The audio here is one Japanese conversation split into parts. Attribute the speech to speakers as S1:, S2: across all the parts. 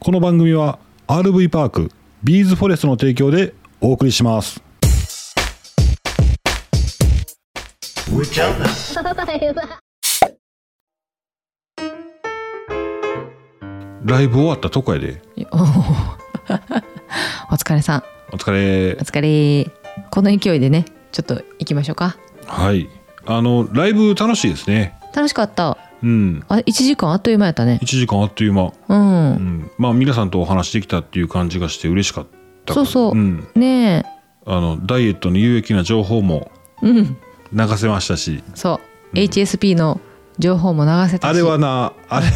S1: この番組は RV パークビーズフォレストの提供でお送りしますライブ終わったとこやで
S2: おー お疲れさん
S1: お疲れ
S2: お疲れこの勢いでねちょっと行きましょうか
S1: はいあのライブ楽しいですね
S2: 楽しかった
S1: うん
S2: あ1時間あっという間やったね
S1: 1時間あっという間、
S2: うん、
S1: うん、まあ皆さんとお話できたっていう感じがして嬉しかった
S2: そうそう
S1: うん、
S2: ね
S1: あのダイエットに有益な情報も
S2: えうん
S1: 流せましたし
S2: そう、HSP の情報も流せたし
S1: あれはなあれ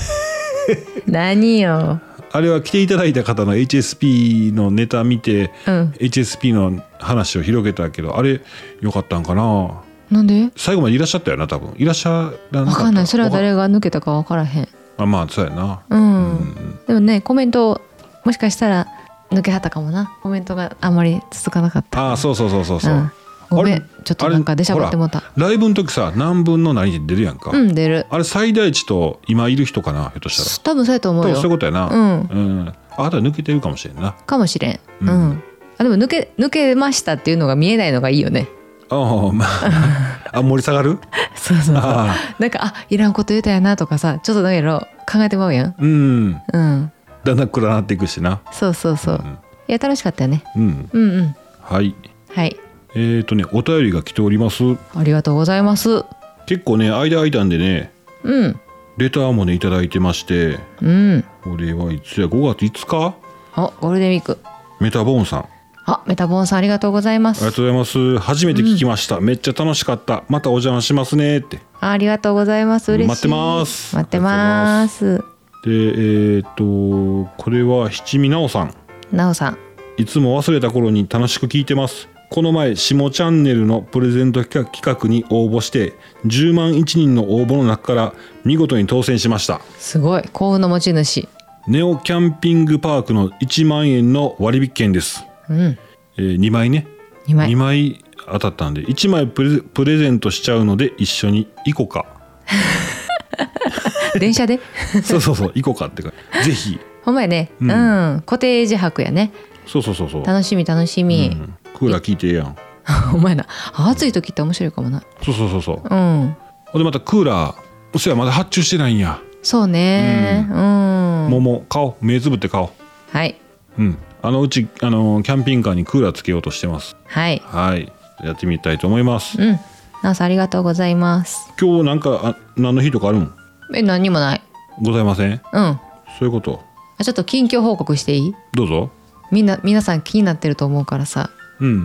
S2: 何よ
S1: あれは来ていただいた方の HSP のネタ見て、
S2: うん
S1: HSP の話を広げたけどあれよかったんかな
S2: なんで
S1: 最後までいらっしゃったよな多分いらっしゃらなか
S2: わ
S1: った
S2: かんないそれは誰が抜けたかわからへん
S1: あまあそうやな
S2: うん、
S1: うん
S2: でもねコメントもしかしたら抜けはったかもなコメントがあんまり続かなかった
S1: ああそうそうそうそうそう、
S2: うんごめ
S1: あ
S2: んちょっとなんか出しゃばってもうた
S1: あれほらライブの時さ何分の何で出るやんか、
S2: うん出る
S1: あれ最大値と今いる人かなひょっとしたら
S2: 多分そうやと思
S1: 多
S2: う
S1: 分
S2: よ
S1: そういうことやな
S2: うん
S1: うん、ああとは抜けてるかもしれんな
S2: かもしれん、
S1: う
S2: うんんあでも抜け抜けましたっていうのが見えないのがいいよね
S1: ああまああ盛り下がる
S2: そうそう
S1: あ
S2: なんかあいらんこと言うたやなとかさちょっとなんやろ考えてまうやん
S1: あうん
S2: うん
S1: だんだん暗なっていくしな
S2: そうそうそう、
S1: うん
S2: いや楽しかったよね
S1: うん
S2: うんうん
S1: はい
S2: はい
S1: えっ、とねお便りが来ております
S2: ありがとうございます
S1: 結構ね間空いたんでね
S2: うん
S1: レターもねいただいてまして
S2: うん
S1: これはいつや5月5日
S2: あゴールデンウィーク
S1: メタボーンさんあ
S2: あメタボーンさんありがとうございま
S1: りが
S2: す
S1: とうございます初めて聞きました、めっちゃ楽しかったまたお邪魔しますねって
S2: あありがとうございます嬉しい
S1: 待ってます
S2: 待ってます
S1: でえっ、とこれは七味奈緒さん
S2: なおさん
S1: いつも忘れた頃に楽しく聞いてます。この前、下チャンネルのプレゼント企画企画に応募して、10万1人の応募の中から見事に当選しました。
S2: すごい幸運の持ち主
S1: ネオキャンピングパークの1万円の割引券です。
S2: うん
S1: えー2枚ね。
S2: 2枚
S1: 2枚当たったんで、1枚プレゼプレゼントしちゃうので、一緒に行こう か。
S2: 電車 で
S1: そうそうそう、行こうかってか、ぜひ。
S2: ほんまやね
S1: う
S2: うんん、コテージ泊やね
S1: そうそうそうそう。
S2: 楽しみ楽し
S1: う
S2: み、
S1: んクーラー聞いてええやん。
S2: お前な暑い時って面白いかもな
S1: そうそうそうそう。
S2: うん
S1: ほんで、またクーラー、うそや、まだ発注してないんや。
S2: そうねうん、
S1: 桃、買おう。目つぶって買おう。
S2: はい
S1: うん、あのうちあのキャンピングカーにクーラーつけようとしてます
S2: はい
S1: はいやってみたいと思います
S2: うんなおさんありがとうございます
S1: 今日なんかあ何の日とかあるん
S2: え何にもない
S1: ございません
S2: うんあ
S1: そういうこと
S2: ちょっと近況報告していい
S1: どうぞ
S2: みんな皆さん気になってると思うからさ
S1: うん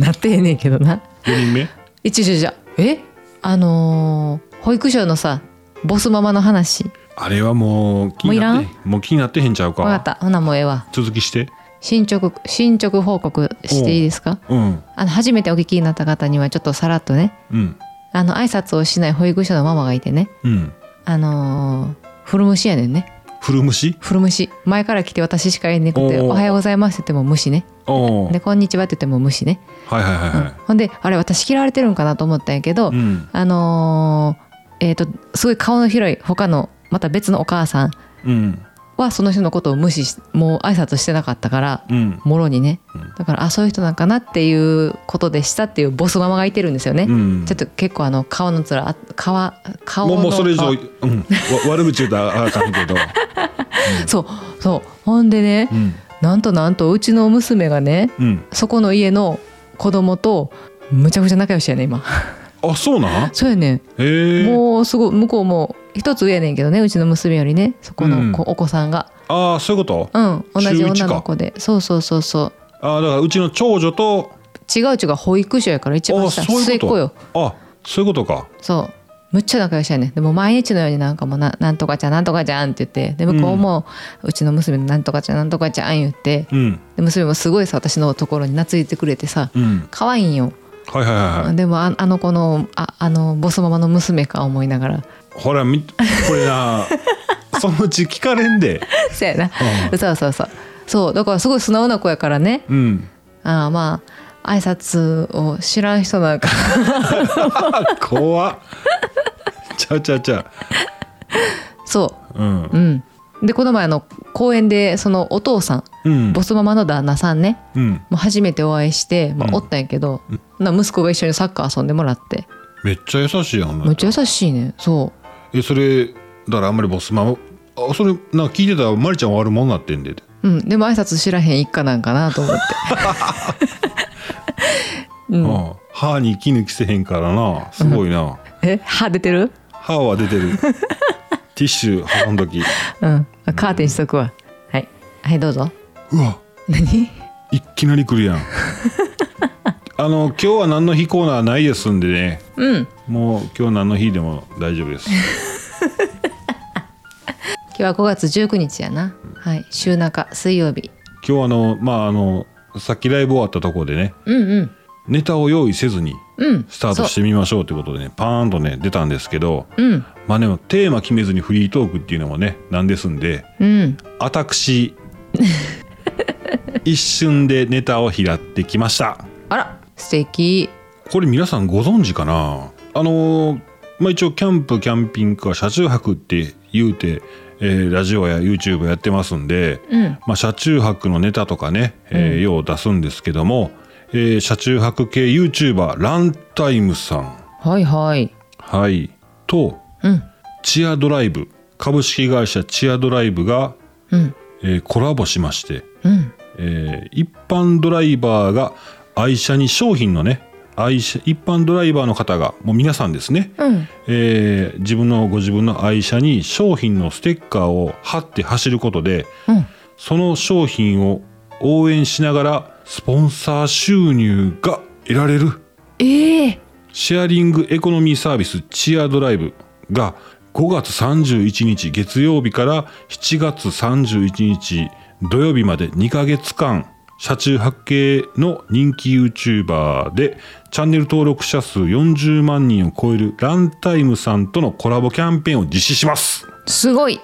S2: なってへんねんけどな
S1: 4人 目
S2: 一応じゃえあのー保育所のさボスママの話
S1: あれはもう気になって
S2: もうい
S1: もう気になってへんちゃうか
S2: わかったほなもうええわ
S1: 続きして
S2: 進捗進捗報告していいですか
S1: うん
S2: あの初めてお聞きになった方にはちょっとさらっとね
S1: うん
S2: あの挨拶をしない保育所のママがいてね
S1: うん
S2: あのー古虫やねんね
S1: 古虫
S2: 古虫前から来て私しかいなくて
S1: おー
S2: 「おはようございます」って言っても虫ね
S1: おお
S2: で「こんにちは」って言っても虫ね、
S1: はいはいはいはい
S2: ほんであれ私嫌われてるんかなと思ったんやけど、
S1: うん
S2: あのーえっ、とすごい顔の広い他のまた別のお母さん
S1: うん
S2: はその人のことを無視しもう挨拶してなかったから
S1: うん
S2: もろにね
S1: うん
S2: だからあそういう人なんかなっていうことでしたっていうボスママがいてるんですよね、
S1: うん
S2: ちょっと結構あの顔のつらあ顔顔
S1: も
S2: の
S1: うもうそれ以上、
S2: 顔
S1: うん、わ 悪口言うたらあかんけど、
S2: そうそうほんでね、
S1: うん
S2: なんとなんとうちの娘がね
S1: うん、
S2: そこの家の子供とむちゃくちゃ仲良しやね今
S1: あそうなん
S2: そうやね
S1: へえ
S2: もうすごい向こうも一つ上やねんけどねうちの娘よりねそこの子、お子さんが
S1: ああそういうこと
S2: うん同じ
S1: 週一か
S2: 女の子でそうそうそうそう
S1: あーだからうちの長女と
S2: 違う違う保育所やから一番下
S1: あそうい
S2: 末
S1: う
S2: っ
S1: こと
S2: 子よ
S1: あそういうことか
S2: そうむっちゃ仲良しやねんでも毎日のようになんかもうななんとかちゃんなんとかちゃんって言ってで向こうも、うちの娘のなんとかちゃんなんとかちゃん言って
S1: うん
S2: で娘もすごいさ私のところに懐いてくれてさ
S1: うん
S2: 可愛いんよ
S1: はいはいはいはい
S2: でもああの子のああのボスママの娘か思いながら
S1: ほらみこれなそのうち聞かれんで
S2: そうやなそうそうそうそうだからすごい素直な子やからね
S1: うん
S2: ああまあ挨拶を知らん人なんか
S1: 怖っちゃうちゃうちゃ
S2: そう
S1: うん
S2: うんでこの前あの公園でそのお父さん、
S1: うん
S2: ボスママの旦那さんね
S1: うん
S2: もう初めてお会いして、ま
S1: うん
S2: あ、おったんやけど、な息子が一緒にサッカー遊んでもらって
S1: めっちゃ優しいやん
S2: めっちゃ優しいねそ
S1: えそれだからあんまりボスママあそれなんか聞いてたらマリちゃん悪者になってんで
S2: う、うん、でも挨拶知らへん一家なんかなと思ってうん
S1: うん、歯に息抜きせへんからなすごいな、
S2: え歯出てる
S1: 歯は出て るティッシュ挟んどき
S2: うんあカーテンしとくわはいはいどうぞ
S1: うわ
S2: 何
S1: いきなり来るやんあの今日は何の日コーナーないですんでね
S2: うん
S1: もう今日何の日でも大丈夫です
S2: 今日は5月19日やなはい週中水曜日
S1: 今日あのまああのさっきライブ終わったところでね
S2: うんうん
S1: ネタを用意せずに
S2: うん
S1: スタートしてみましょうということでねパーンとね出たんですけど
S2: うん
S1: まあでもテーマ決めずにフリートークっていうのもねなんですんで
S2: うん
S1: 私一瞬でネタを拾ってきました
S2: あら素敵
S1: これ皆さんご存知かなあのーまあ一応キャンプキャンピングカー車中泊って言うて、えーラジオや YouTube やってますんで、
S2: うん
S1: まあ、車中泊のネタとかね、えーよう出すんですけども、えー車中泊系 YouTuber ランタイムさん
S2: はいはい
S1: はいと
S2: うん
S1: チアドライブ株式会社チアドライブが、
S2: うん
S1: えーコラボしまして、
S2: うん
S1: えー一般ドライバーが愛車に商品のね愛車一般ドライバーの方がもう皆さんですね、
S2: うん
S1: えー自分のご自分の愛車に商品のステッカーを貼って走ることで
S2: うん
S1: その商品を応援しながらスポンサー収入が得られる
S2: ええ
S1: シェアリングエコノミーサービスチアドライブが5月31日月曜日から7月31日土曜日まで2ヶ月間車中泊系の人気 YouTuber でチャンネル登録者数40万人を超えるランタイムさんとのコラボキャンペーンを実施します
S2: すごい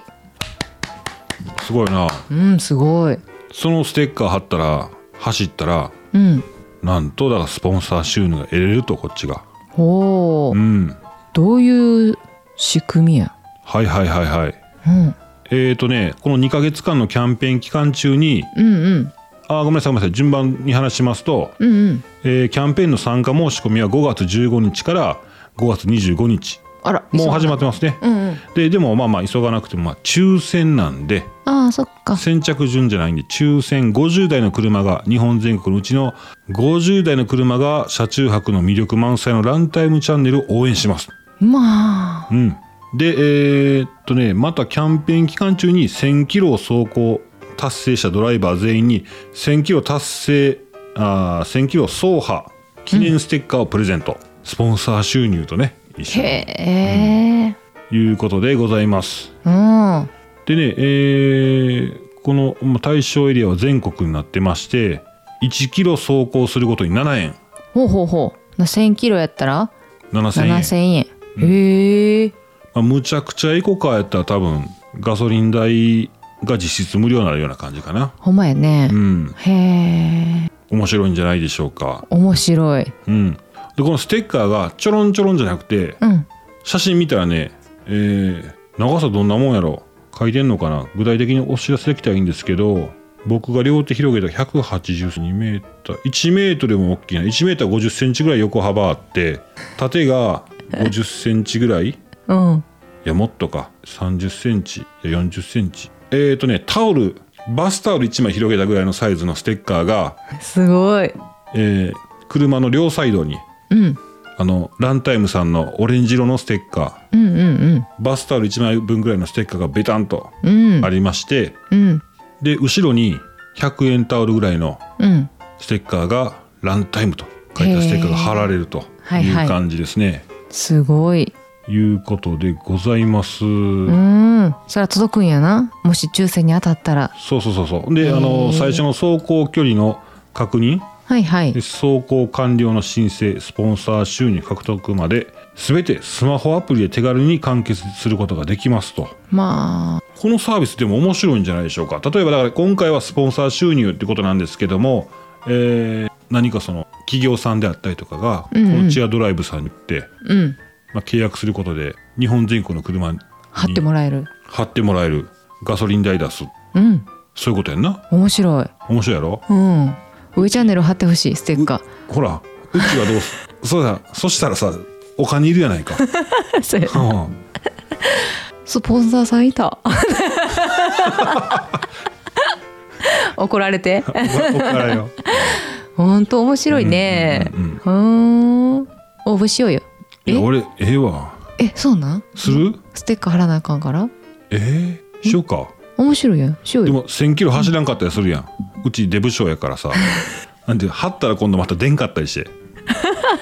S1: すごいな
S2: うんすごい
S1: そのステッカー貼ったら走ったら
S2: うん
S1: なんとだからスポンサー収入が得れるとこっちが
S2: ほう
S1: うん
S2: どういう仕組みや
S1: はいはいはいはい
S2: うん
S1: えーとね、この2ヶ月間のキャンペーン期間中に、
S2: うんうん
S1: あーごめんなさい、ごめんなさい、順番に話しますと、
S2: うんうん
S1: えーキャンペーンの参加申し込みは5月15日から5月25日、
S2: あら
S1: もう始ま
S2: っ
S1: ってますね。
S2: うんうん
S1: ででも、まあまあ、急がなくても、まあ、抽選なんで、
S2: ああそっか
S1: 先着順じゃないんで、抽選50台の車が、日本全国のうちの50台の車が、車中泊の魅力満載のランタイムチャンネルを応援します。
S2: まあ
S1: うん、でえーっとねまたキャンペーン期間中に1,000キロを走行達成したドライバー全員に1,000キロ達成あ1,000キロ走破記念ステッカーをプレゼント、スポンサー収入とね一緒
S2: へえ
S1: ということでございます
S2: うん
S1: でねえーこのまあ対象エリアは全国になってまして1キロ走行するごとに7円
S2: ほうほうほうな1000キロやったら
S1: 7000円
S2: 7000円へえ
S1: まあ、むちゃくちゃエコカーやったら多分ガソリン代が実質無料になるような感じかな
S2: ほんまやね
S1: うん、
S2: へえ
S1: 面白いんじゃないでしょうか。
S2: 面白い
S1: うん、でこのステッカーがちょろんちょろんじゃなくて
S2: うん
S1: 写真見たらね、えー長さどんなもんやろ書いてんのかな具体的にお知らせできたらいいんですけど僕が両手広げた182メーター1メートルも大きいな1メーター50センチぐらい横幅あって縦が50センチぐらいい
S2: うん
S1: やもっとか30センチいや40センチえー、とねタオルバスタオル1枚広げたぐらいのサイズのステッカーが
S2: すごい
S1: えー車の両サイドに
S2: うん
S1: あのランタイムさんのオレンジ色のステッカ
S2: うんうん
S1: ーバスタオル1枚分ぐらいのステッカーがベタンと
S2: うんうん
S1: ありまして、
S2: うん
S1: で後ろに100円タオルぐらいの
S2: うん
S1: ステッカーが「ランタイム」と書いたステッカーが貼られると
S2: はい
S1: い
S2: は
S1: う
S2: い
S1: 感じですね。
S2: すごい
S1: い、うことでございます。
S2: うんそら届くんやなもし抽選に当たったら
S1: そうそうそうそうで
S2: へー
S1: あの最初の走行距離の確認
S2: はいはい
S1: で走行完了の申請スポンサー収入獲得まで全てスマホアプリで手軽に完結することができますと
S2: まあ
S1: このサービスでも面白いんじゃないでしょうか例えばだから今回はスポンサー収入ってことなんですけども、えー何かその企業さんであったりとかがこ
S2: うんうん
S1: のチアドライブさんに行って、
S2: うん
S1: まあ、契約することで日本全国の車に
S2: 貼ってもらえる
S1: 貼ってもらえるガソリン代出す
S2: うん
S1: そういうことやんな
S2: 面白い
S1: 面白いやろ
S2: うん上チャンネル貼ってほしいステッカ
S1: ほらうちはどうす そうだそしたらさお金いるや ないか、
S2: ーそうや
S1: うん
S2: スポンサーさんい た怒られて
S1: こっからよ
S2: ほんと面白いね
S1: うんうん
S2: ふーん応募しようよ
S1: いや
S2: え
S1: 俺ええわ
S2: えそうなん
S1: する
S2: ステッカー貼らなあかんから
S1: ええしようか
S2: 面白いよしよう
S1: で
S2: よ
S1: も1 0 0 0キロ走らんかったりするやんうちデブ症やから さなんで張ったら今度また出んかったりして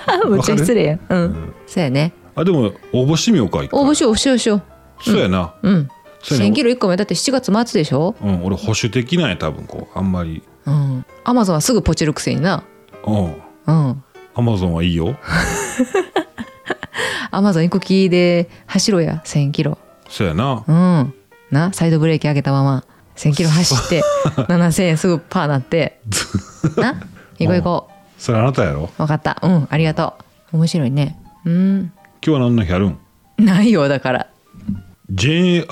S2: あむっちゃ失礼やんうん、そうやね
S1: あでも応募してみようか一回
S2: 応募しようしようしよう
S1: そうやな、
S2: うん
S1: そうや
S2: 1000
S1: な
S2: キロ1個目だって7月末でしょ
S1: うん、俺保守的なんや多分こうあんまり
S2: うんアマゾンはすぐポチるくせにな
S1: うん
S2: うん
S1: アマゾンはいいよ
S2: アマゾン行く気で走ろうや1000キロ
S1: そうやな
S2: うんなサイドブレーキ上げたまま1000キロ走って 7000円すぐパーなってな行こう行こ
S1: それあなたやろ
S2: う分かったうんありがとう面白いねうん
S1: 今日は何の日あるん
S2: ないよだから
S1: J&The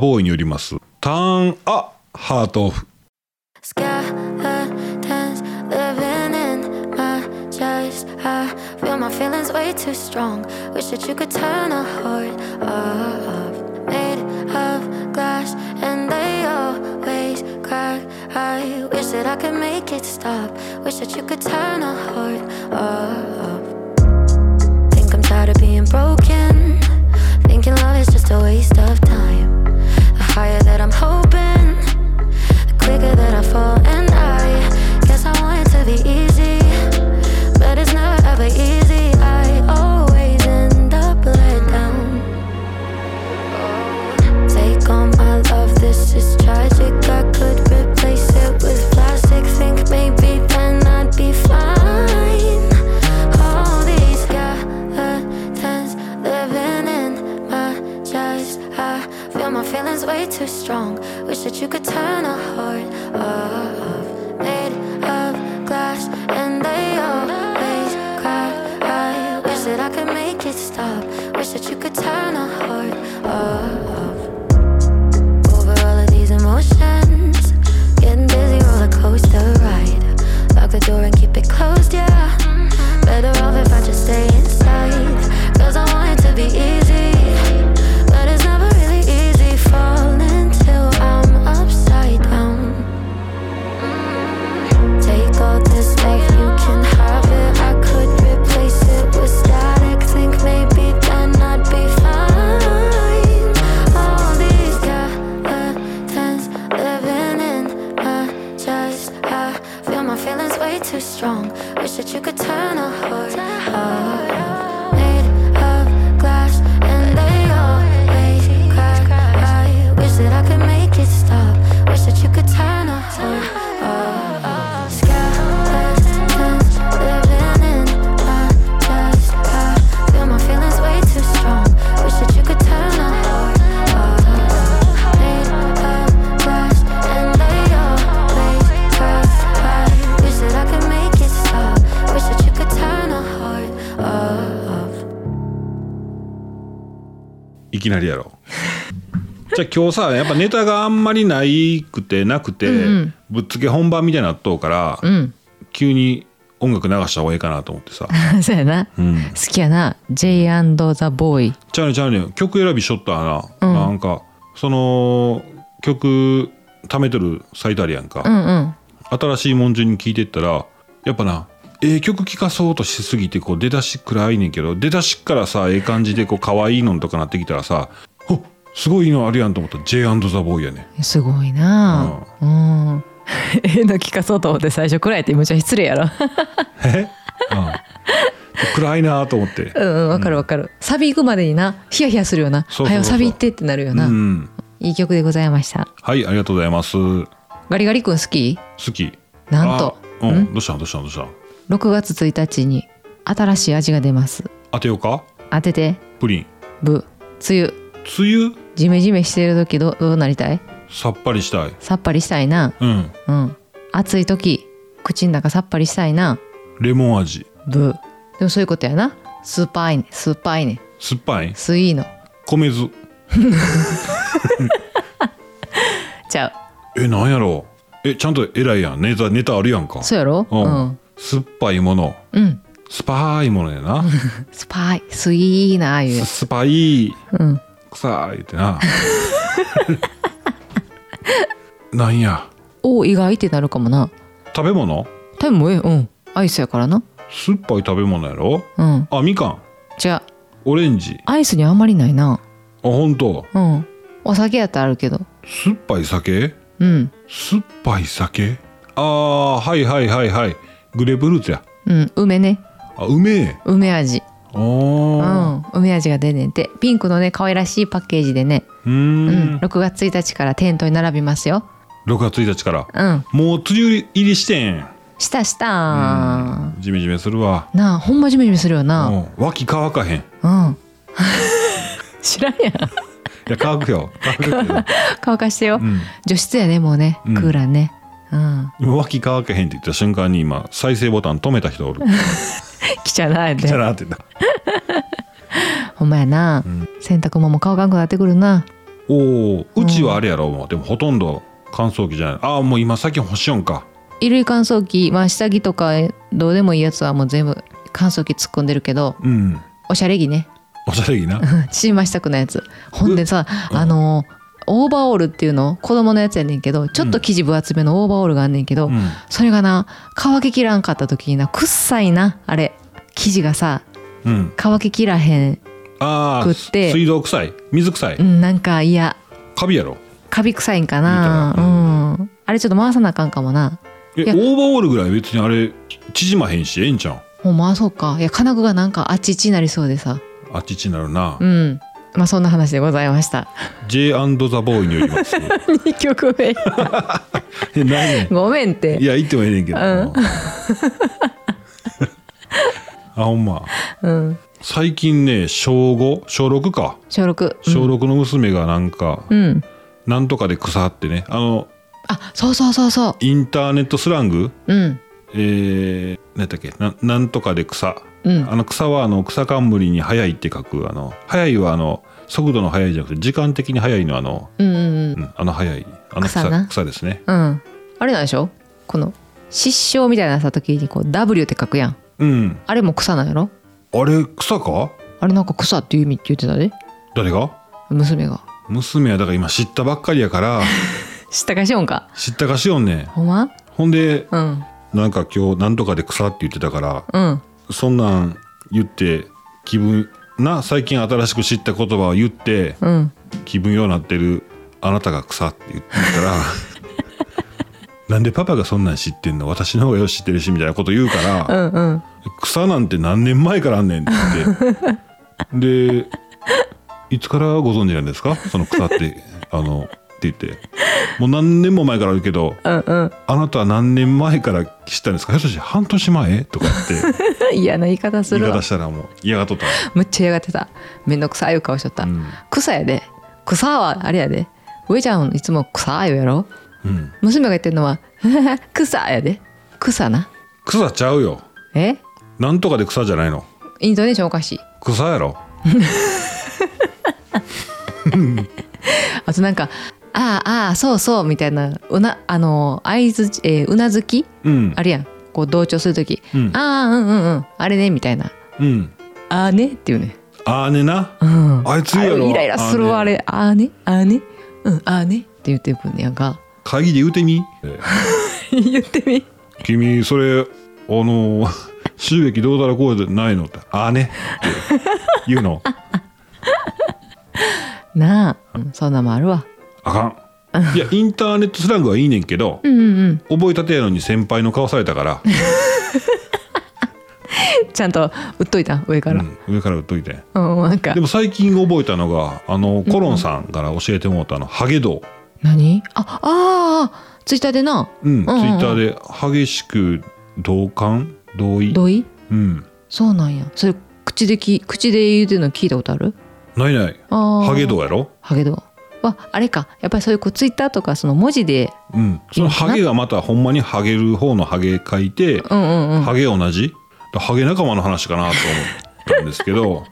S1: Boy によりますターンアハートオフ
S3: Skeletons living in my chest. I feel my feelings way too strong. Wish that you could turn a heart off. Made of glass and they always crack. I wish that I could make it stop. Wish that you could turn a heart off. Think I'm tired of being broken. Thinking love is just a waste of time. The higher that I'm hoping quicker that I fall. And I guess I want it to be easy, but it's never ever easy. I always end up let down. Take all my love, this is tragic. I could replace it with plastic. Think maybe then I'd be fine. All these skeletons living in my chest. I feel my feelings way too strong. Wish that you could turn a heart off. Made of glass, and they always crack. I wish that I could make it stop. Wish that you could turn a heart off over all of these emotions. Getting busy, roller coaster ride. Lock the door and keep it closed, yeah. Better off if I just stay inside. Cause I want it to be easy. But it's never really easy falling till I'm upside down. Take all this love, you can have it. I could replace it with static. Think maybe then I'd be fine. All these skeletons living in my chest. I feel my feelings way too strong. Wish that you could turn a heart off. Made of glass, and they always crack. I wish that I could make it stop. Wish that you could turn a heart off. Skeletons living in my chest. I feel my feelings way too strong. Wish that you could turn a heart off. Made of glass and they always crack. I wish that I could make it stop. Wish that you could turn a heart Uh, off.
S1: いきなりやろじゃあ今日さやっぱネタがあんまりないくてなくて、ぶっつけ本番みたいになっとうから、
S2: ん
S1: 急に音楽流した方がいいかなと思ってさ
S2: そうやな、好きやな J&The Boy
S1: ちゃうねちゃうね曲選びしょったらな、なんかその曲貯めてるサイトあるやんか、
S2: うんうん
S1: 新しいもん順に聴いてったらやっぱなええ曲聴かそうとしすぎてこう出だし暗いねんけど出だしっからさええ感じでこう可愛いのとかなってきたらさ「おすごいのあるやん」と思ったら J&THEBOY やね
S2: すごいなうん、 ええの聞かそうと思って最初くらいってむちゃ失礼やろ
S1: え、 うん、暗いなと思って
S2: うんうんわかるわかる、サビ行くまでになヒヤヒヤするよな
S1: そうそうそう
S2: はよサビ行ってってなるよ
S1: う
S2: な、
S1: ん
S2: いい曲でございました
S1: はいありがとうございます好
S2: ガリガリ君好き
S1: き
S2: なんと
S1: あうんどうしたんどうしたんどうしたん
S2: 6月1日に新しい味が出ます
S1: 当てようか
S2: 当てて
S1: プリン
S2: ぶ梅雨
S1: 梅雨
S2: ジメジメしてる時どどうなりたい
S1: さっぱりしたい
S2: さっぱりしたいな
S1: うん
S2: うん暑い時口の中さっぱりしたいな
S1: レモン味
S2: ぶでもそういうことやな酸っぱいね酸っぱいね
S1: 酸っぱい
S2: スイーの
S1: 米酢
S2: ちゃう
S1: えなんやろうえちゃんと偉いやんネタネタあるやんか
S2: そうやろ
S1: うん
S2: うん、
S1: 酸っぱいもの
S2: うん、
S1: スパイものやな
S2: スパイスイーなああいう
S1: ススパイ
S2: うん
S1: 臭いって ななんや
S2: お意外ってなるかもな
S1: 食べ物
S2: 多分もうええうんアイスやからな
S1: 酸っぱい食べ物やろ
S2: うん
S1: あみかん
S2: じゃ
S1: オレンジあ
S2: あアイスにあんまりないな
S1: 本当
S2: うんお酒やったらあるけど
S1: 酸っぱい酒
S2: うん
S1: 酸っぱい酒あーはいはいはいはいグレープフルーツや
S2: うん梅ね
S1: あうめえ
S2: 梅味
S1: あ
S2: う
S1: ー
S2: ん梅味が出んねんてピンクのね可愛らしいパッケージでね、
S1: うーん
S2: うん、6月1日から店頭に並びますよ
S1: 6月1日から
S2: うん
S1: もう梅雨入りしてん
S2: したした
S1: ジメジメするわ
S2: なあほんまジメジメするよ
S1: う
S2: なん
S1: 脇乾かへんい
S2: うん 知らんやん
S1: や乾く よ乾くけど
S2: 乾かしてよ、
S1: ん
S2: 除湿やねもうねク
S1: ん
S2: ーラーねうん
S1: 今脇乾かへんって言った瞬間に今再生ボタン止めた人おる
S2: 来ちゃないで
S1: じゃなって言った
S2: ほんまやな、洗濯物も乾かんくなってくるな
S1: おおうちはあれやろもうでもほとんど乾燥機じゃないああもう今最近干しよんか
S2: 衣類乾燥機まあ下着とかどうでもいいやつはもう全部乾燥機突っ込んでるけど
S1: うん
S2: おしゃれ着ね
S1: おしゃれ着な
S2: 縮ましたくないやつほんでさ、あのオーバーオールっていうの子供のやつやねんけどちょっと生地分厚めのオーバーオールがあんねんけど、
S1: うん
S2: それがな乾ききらんかった時になくっさいなあれ生地がさ
S1: うん
S2: 乾ききらへん、
S1: ああ
S2: 食って
S1: 水道臭い水臭い
S2: うん、なんか嫌
S1: カビやろ
S2: カビ臭いんかな
S1: みたい
S2: うん、あれちょっと回さなあかんかもない
S1: え
S2: いや
S1: オーバーオールぐらい別にあれ縮まへんしええんちゃ
S2: もう回そうかいや金具がなんかあっちいちになりそうでさ
S1: うんあっちちなるな、
S2: うんまあそんな話でございました
S1: J&The Boy によります
S2: 2曲目
S1: えないね
S2: ごめんっ
S1: い
S2: て
S1: や言ってもええねんけど、
S2: うん
S1: あほんま
S2: うん
S1: 最近ね小5小6か
S2: 小6
S1: 小6の娘がなんか、
S2: うん
S1: なんとかで腐ってねあの
S2: あそうそうそうそ
S1: インターネットスラング
S2: ううん
S1: えー、何やったっけななんとかで草、
S2: うん
S1: あの草はあの草冠に「速い」って書くあの「速い」はあの速度の速いじゃなくて時間的に速いのあの、
S2: うんうん
S1: うん、あの速いあの草
S2: 草
S1: 草
S2: な
S1: ですね
S2: うんうんあれなんでしょこの失笑みたいなさ時にこう W って書くやん
S1: うん
S2: あれも草なんやろ
S1: あれ草か
S2: あれなんか草っていう意味って言ってたで
S1: 誰が
S2: 娘が
S1: 娘はだから今知ったばっかりやから
S2: 知ったかしよんか
S1: 知ったかしよんねん
S2: ほんま
S1: ほんで
S2: うん
S1: なんか今日なんとかで草って言ってたから
S2: うん
S1: そんなん言って気分な最近新しく知った言葉を言って
S2: うん
S1: 気分ようなってるあなたが草って言ってたら なんでパパがそんなん知ってんの私の方がよく知ってるしみたいなこと言うから、
S2: うんうん
S1: 草なんて何年前からあんねんって言ってでいつからご存知なんですかその草ってあのって言ってもう何年も前からあるけど
S2: うんうん
S1: あなたは何年前から知ったんですかひょっとして半年前とかって
S2: 嫌な言い方す
S1: 言い
S2: るわ
S1: 方したらもう嫌がっとった
S2: むっちゃ嫌がってためんどくさいいう顔しとった、
S1: うん
S2: 草やで草はあれやで上ちゃんいつも草言うやろ
S1: うん
S2: 娘が言ってるのは草やで草な
S1: 草ちゃうよ
S2: え
S1: なんとかで草じゃないの
S2: イントネーションおかしい
S1: 草やろ
S2: あとなんか「ああああそうそう」みたいなうなあの相づち、えーうなずき
S1: うん
S2: あるやんこう同調する時「
S1: うん
S2: ああうんうんうんあれね」みたいな
S1: うん
S2: 「ああね」っていうね
S1: あーねな
S2: うん
S1: あいつや
S2: あ
S1: ろ
S2: イライラするわあ
S1: あね
S2: れああねああねうんああねって言ってくんねやんか
S1: 会議で言うてみ
S2: 言ってみ
S1: 君それあの 収益どうだらこうじゃないのってああねって言う の
S2: なあ、うんそんなんもあるわ
S1: あかんいやインターネットスラングはいいねんけど
S2: うんうんうん
S1: 覚えたてやのに先輩の顔されたから、
S2: ちゃんと売っといた上から
S1: うん上から打っといて
S2: うん、なんか
S1: でも最近覚えたのがあのコロンさんから教えてもらったあのハゲド
S2: 何あああツイッターでな
S1: うん、
S2: ん
S1: ツイッターで激しく同感同意
S2: 同意
S1: うん
S2: そうなんやそれ口でき口で言うてるの聞いたことある
S1: ないない
S2: あー
S1: ハゲドやろ
S2: ハゲドはあれかやっぱりそういうこうツイッターとかその文字で
S1: うんそのハゲがまたほんまにハゲる方のハゲ書いて、
S2: うんうんうん
S1: ハゲ同じハゲ仲間の話かなと思ったんですけど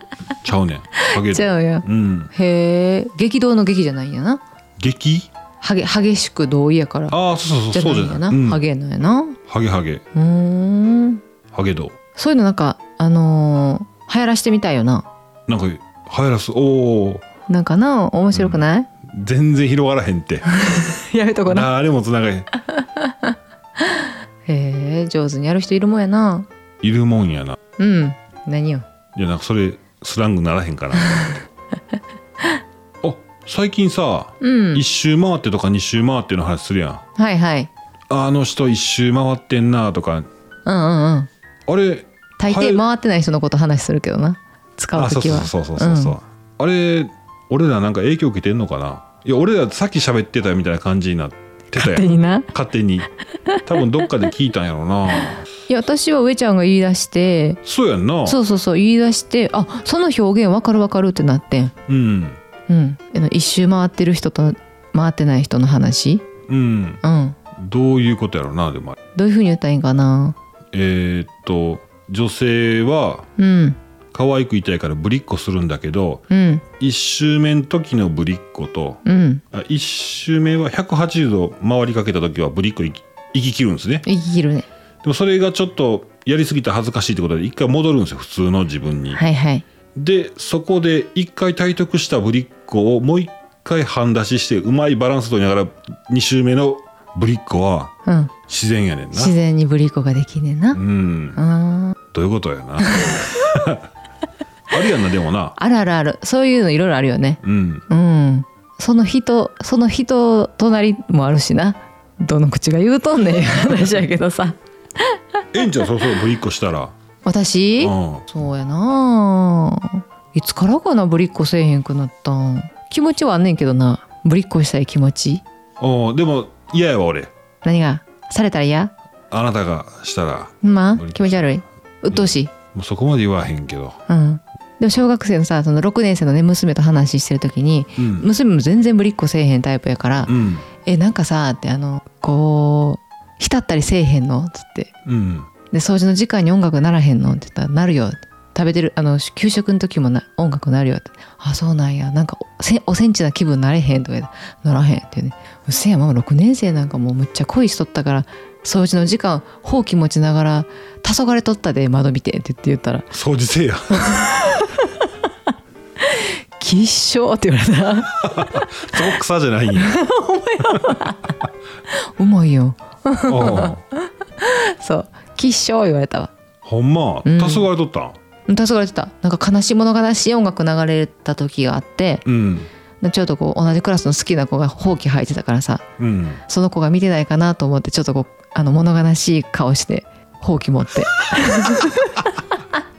S1: ちゃうねんハゲ
S2: ちゃうや
S1: うん
S2: へえ激動の劇じゃないんやな
S1: 激
S2: はげ激しく同意やから
S1: ああそうそう
S2: じ
S1: そう
S2: ゃ
S1: そう
S2: ない
S1: じゃ
S2: ん
S1: な
S2: や
S1: い
S2: な、
S1: うん
S2: ハゲなんやな
S1: ハゲハゲ
S2: うーん
S1: ハゲド
S2: そういうのなんかあのー流行らしてみたいよな
S1: なんか流行らすおお
S2: なんかな面白くない、
S1: 全然広がらへんって
S2: やめとこな
S1: 誰もつながへん
S2: へえ上手にやる人いるもんやない
S1: るもんやな
S2: うん何よ
S1: いやなんかそれスラングならへんかなあ最近さ、
S2: うん
S1: 一周回ってとか二周回っての話するやん
S2: はいはい
S1: あの人一周回ってんなとか
S2: うんうんう
S1: あ
S2: ん
S1: れ
S2: 大
S1: は
S2: 抵
S1: い
S2: 回ってない人のこと話するけどな使う
S1: あそう
S2: 時
S1: そう
S2: は
S1: そうそうそうそう、
S2: ん
S1: あれ俺らなんか影響受けてんのかないや俺らさっき喋ってたみたいな感じになってた
S2: 勝
S1: や
S2: 手
S1: ん
S2: にな
S1: 勝手に多分どっかで聞いたんやろない
S2: や私は上ちゃんが言い出して
S1: そうやんな
S2: そうそうそう言い出してあその表現わかるわかるってなってん
S1: うん
S2: うんあの一周回ってる人と回ってない人の話
S1: うん
S2: うん
S1: どういうことやろなでも
S2: どういうふうに言ったらいいんかな
S1: えーっと女性は
S2: うん
S1: 可愛くいたいからぶりっこするんだけど
S2: うん
S1: 1周目の時のぶりっこと
S2: うん
S1: 1周目は180度回りかけた時はぶりっこい行き切るんですね
S2: 生きるね
S1: でもそれがちょっとやりすぎた恥ずかしいってことで一回戻るんですよ普通の自分に、
S2: はいはい
S1: でそこで一回体得したぶりっ子をもう一回半出ししてうまいバランス取りながら2周目のぶりっ子は
S2: うん
S1: 自然やねんな
S2: 自然にぶりっ子ができんねんな、
S1: うん
S2: あー
S1: どういうことやなあるやんなでもな
S2: あるあるあるそういうのいろいろあるよね
S1: うん
S2: うんその人その人となりもあるしなどの口が言うとんねんいう話やけどさ
S1: ええんちゃんそうそうぶりっ子したら
S2: 私、
S1: うん
S2: そうやないつからかなぶりっこせえへんくなったん気持ちはあんねんけどなぶりっこしたい気持ち
S1: おでも嫌やわ俺
S2: 何がされたら嫌
S1: あなたがしたら
S2: ほんま
S1: ぶりっこ
S2: 気持ち悪い鬱陶しい、
S1: もうそこまで言わへんけど
S2: うんでも小学生のさその6年生のね娘と話してる時に
S1: うん
S2: 娘も全然ぶりっこせえへんタイプやから「
S1: うん
S2: えなんかさ」ってあのこう浸ったりせえへんのっつって
S1: うん
S2: で掃除の時間に音楽ならへんのって言ったら「なるよ」食べてるあの給食の時もな音楽なるよって「あそうなんやなんかおせおセンチな気分なれへん」とか言って「ならへん」って言うね「うっせえやママ6年生なんかもうむっちゃ恋しとったから掃除の時間放棄持ちながら「黄昏とったで窓見て」って言って言ったら
S1: 掃除せえや
S2: 「きっしょ」って言われたら
S1: そこ草じゃないんや。
S2: 「うまいよ
S1: ああ」
S2: そう「きっしょ」言われたわ
S1: ほんま、黄
S2: ん
S1: 昏とったん。
S2: うん黄昏とったなんか悲しいもの悲しい音楽流れた時があって
S1: うん。
S2: でちょっとこう同じクラスの好きな子がほうき履いてたからさ
S1: うん。
S2: その子が見てないかなと思ってちょっとこうあの物悲しい顔してほうき持って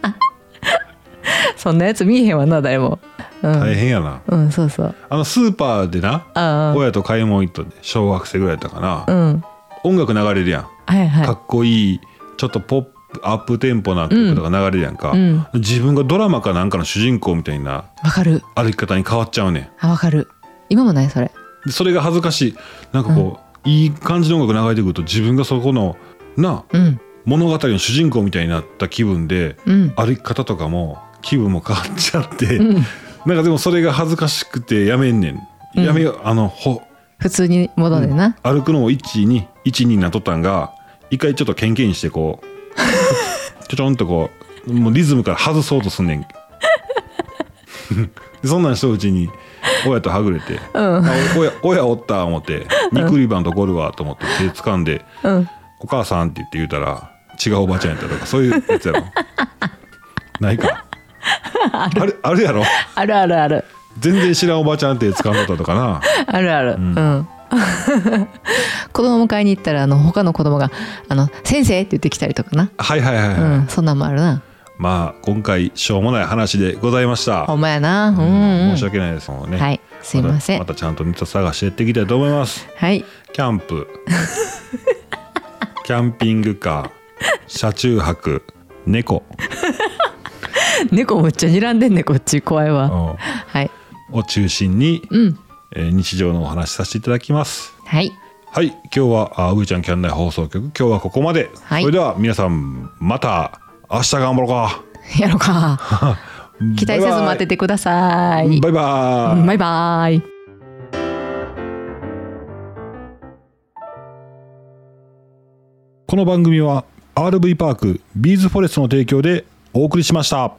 S2: そんなやつ見えへんわな誰もうん、
S1: 大変やな。
S2: うん、そうそう
S1: あのスーパーでな、
S2: あ
S1: 親と買い物行っとって小学生ぐらいやったかな
S2: あう。ん
S1: 音楽流れるやん。
S2: はいはい
S1: かっこいい、ちょっとポップ、アップテンポな曲とか流れるやんか、
S2: うん
S1: 自分がドラマかなんかの主人公みたいな
S2: わかる
S1: 歩き方に変わっちゃうね
S2: あわかる今もないそれ
S1: んでそれが恥ずかしいなんかこう、いい感じの音楽流れてくると自分がそこのなあ
S2: うん
S1: 物語の主人公みたいになった気分で、
S2: うん
S1: 歩き方とかも気分も変わっちゃって、なんかでもそれが恥ずかしくてやめんねん、やめようあのほ
S2: 普通に戻るねんな、
S1: 歩くのを121になっとったんが一回ちょっとケンケンしてこ うちょちょんとこうもうリズムから外そうとすんねんでそんなんしとるうちに親とはぐれて「あ親親おった」思って「肉リバンとこるわ」と思って手掴んで「
S2: ん
S1: お母さん」って言って言うたら違うおばちゃんやったとかそういうやつやろ ない かあるあるやろ
S2: あるあるある
S1: 全然知らんおばちゃんって掴んどったとかな
S2: あるあるうん、子供迎えに行ったらあの他の子供があの「先生!」って言ってきたりとかな
S1: はいはいはい、はい
S2: うんそんなんもあるな
S1: まあ今回しょうもない話でございました
S2: ほんまやなうん、う
S1: 申
S2: ん、
S1: し訳ないですもんね
S2: はいすいません
S1: またまたちゃんとネタ探してやっていきたいと思います
S2: はい
S1: キャンプキャンピングカー車中泊猫
S2: 猫むっちゃ睨んでんねこっち怖いわ
S1: を
S2: はい
S1: を中心に、
S2: うん
S1: えー日常のお話しさせていただきます
S2: はい
S1: はい今日はあうーちゃんキャン内放送局今日はここまで、
S2: はい
S1: それでは皆さんまた明日頑張ろうか
S2: やろうか期待せず待っててください
S1: バイバイ
S2: バイバイ
S1: この番組は RV パークビーズフォレストの提供でお送りしました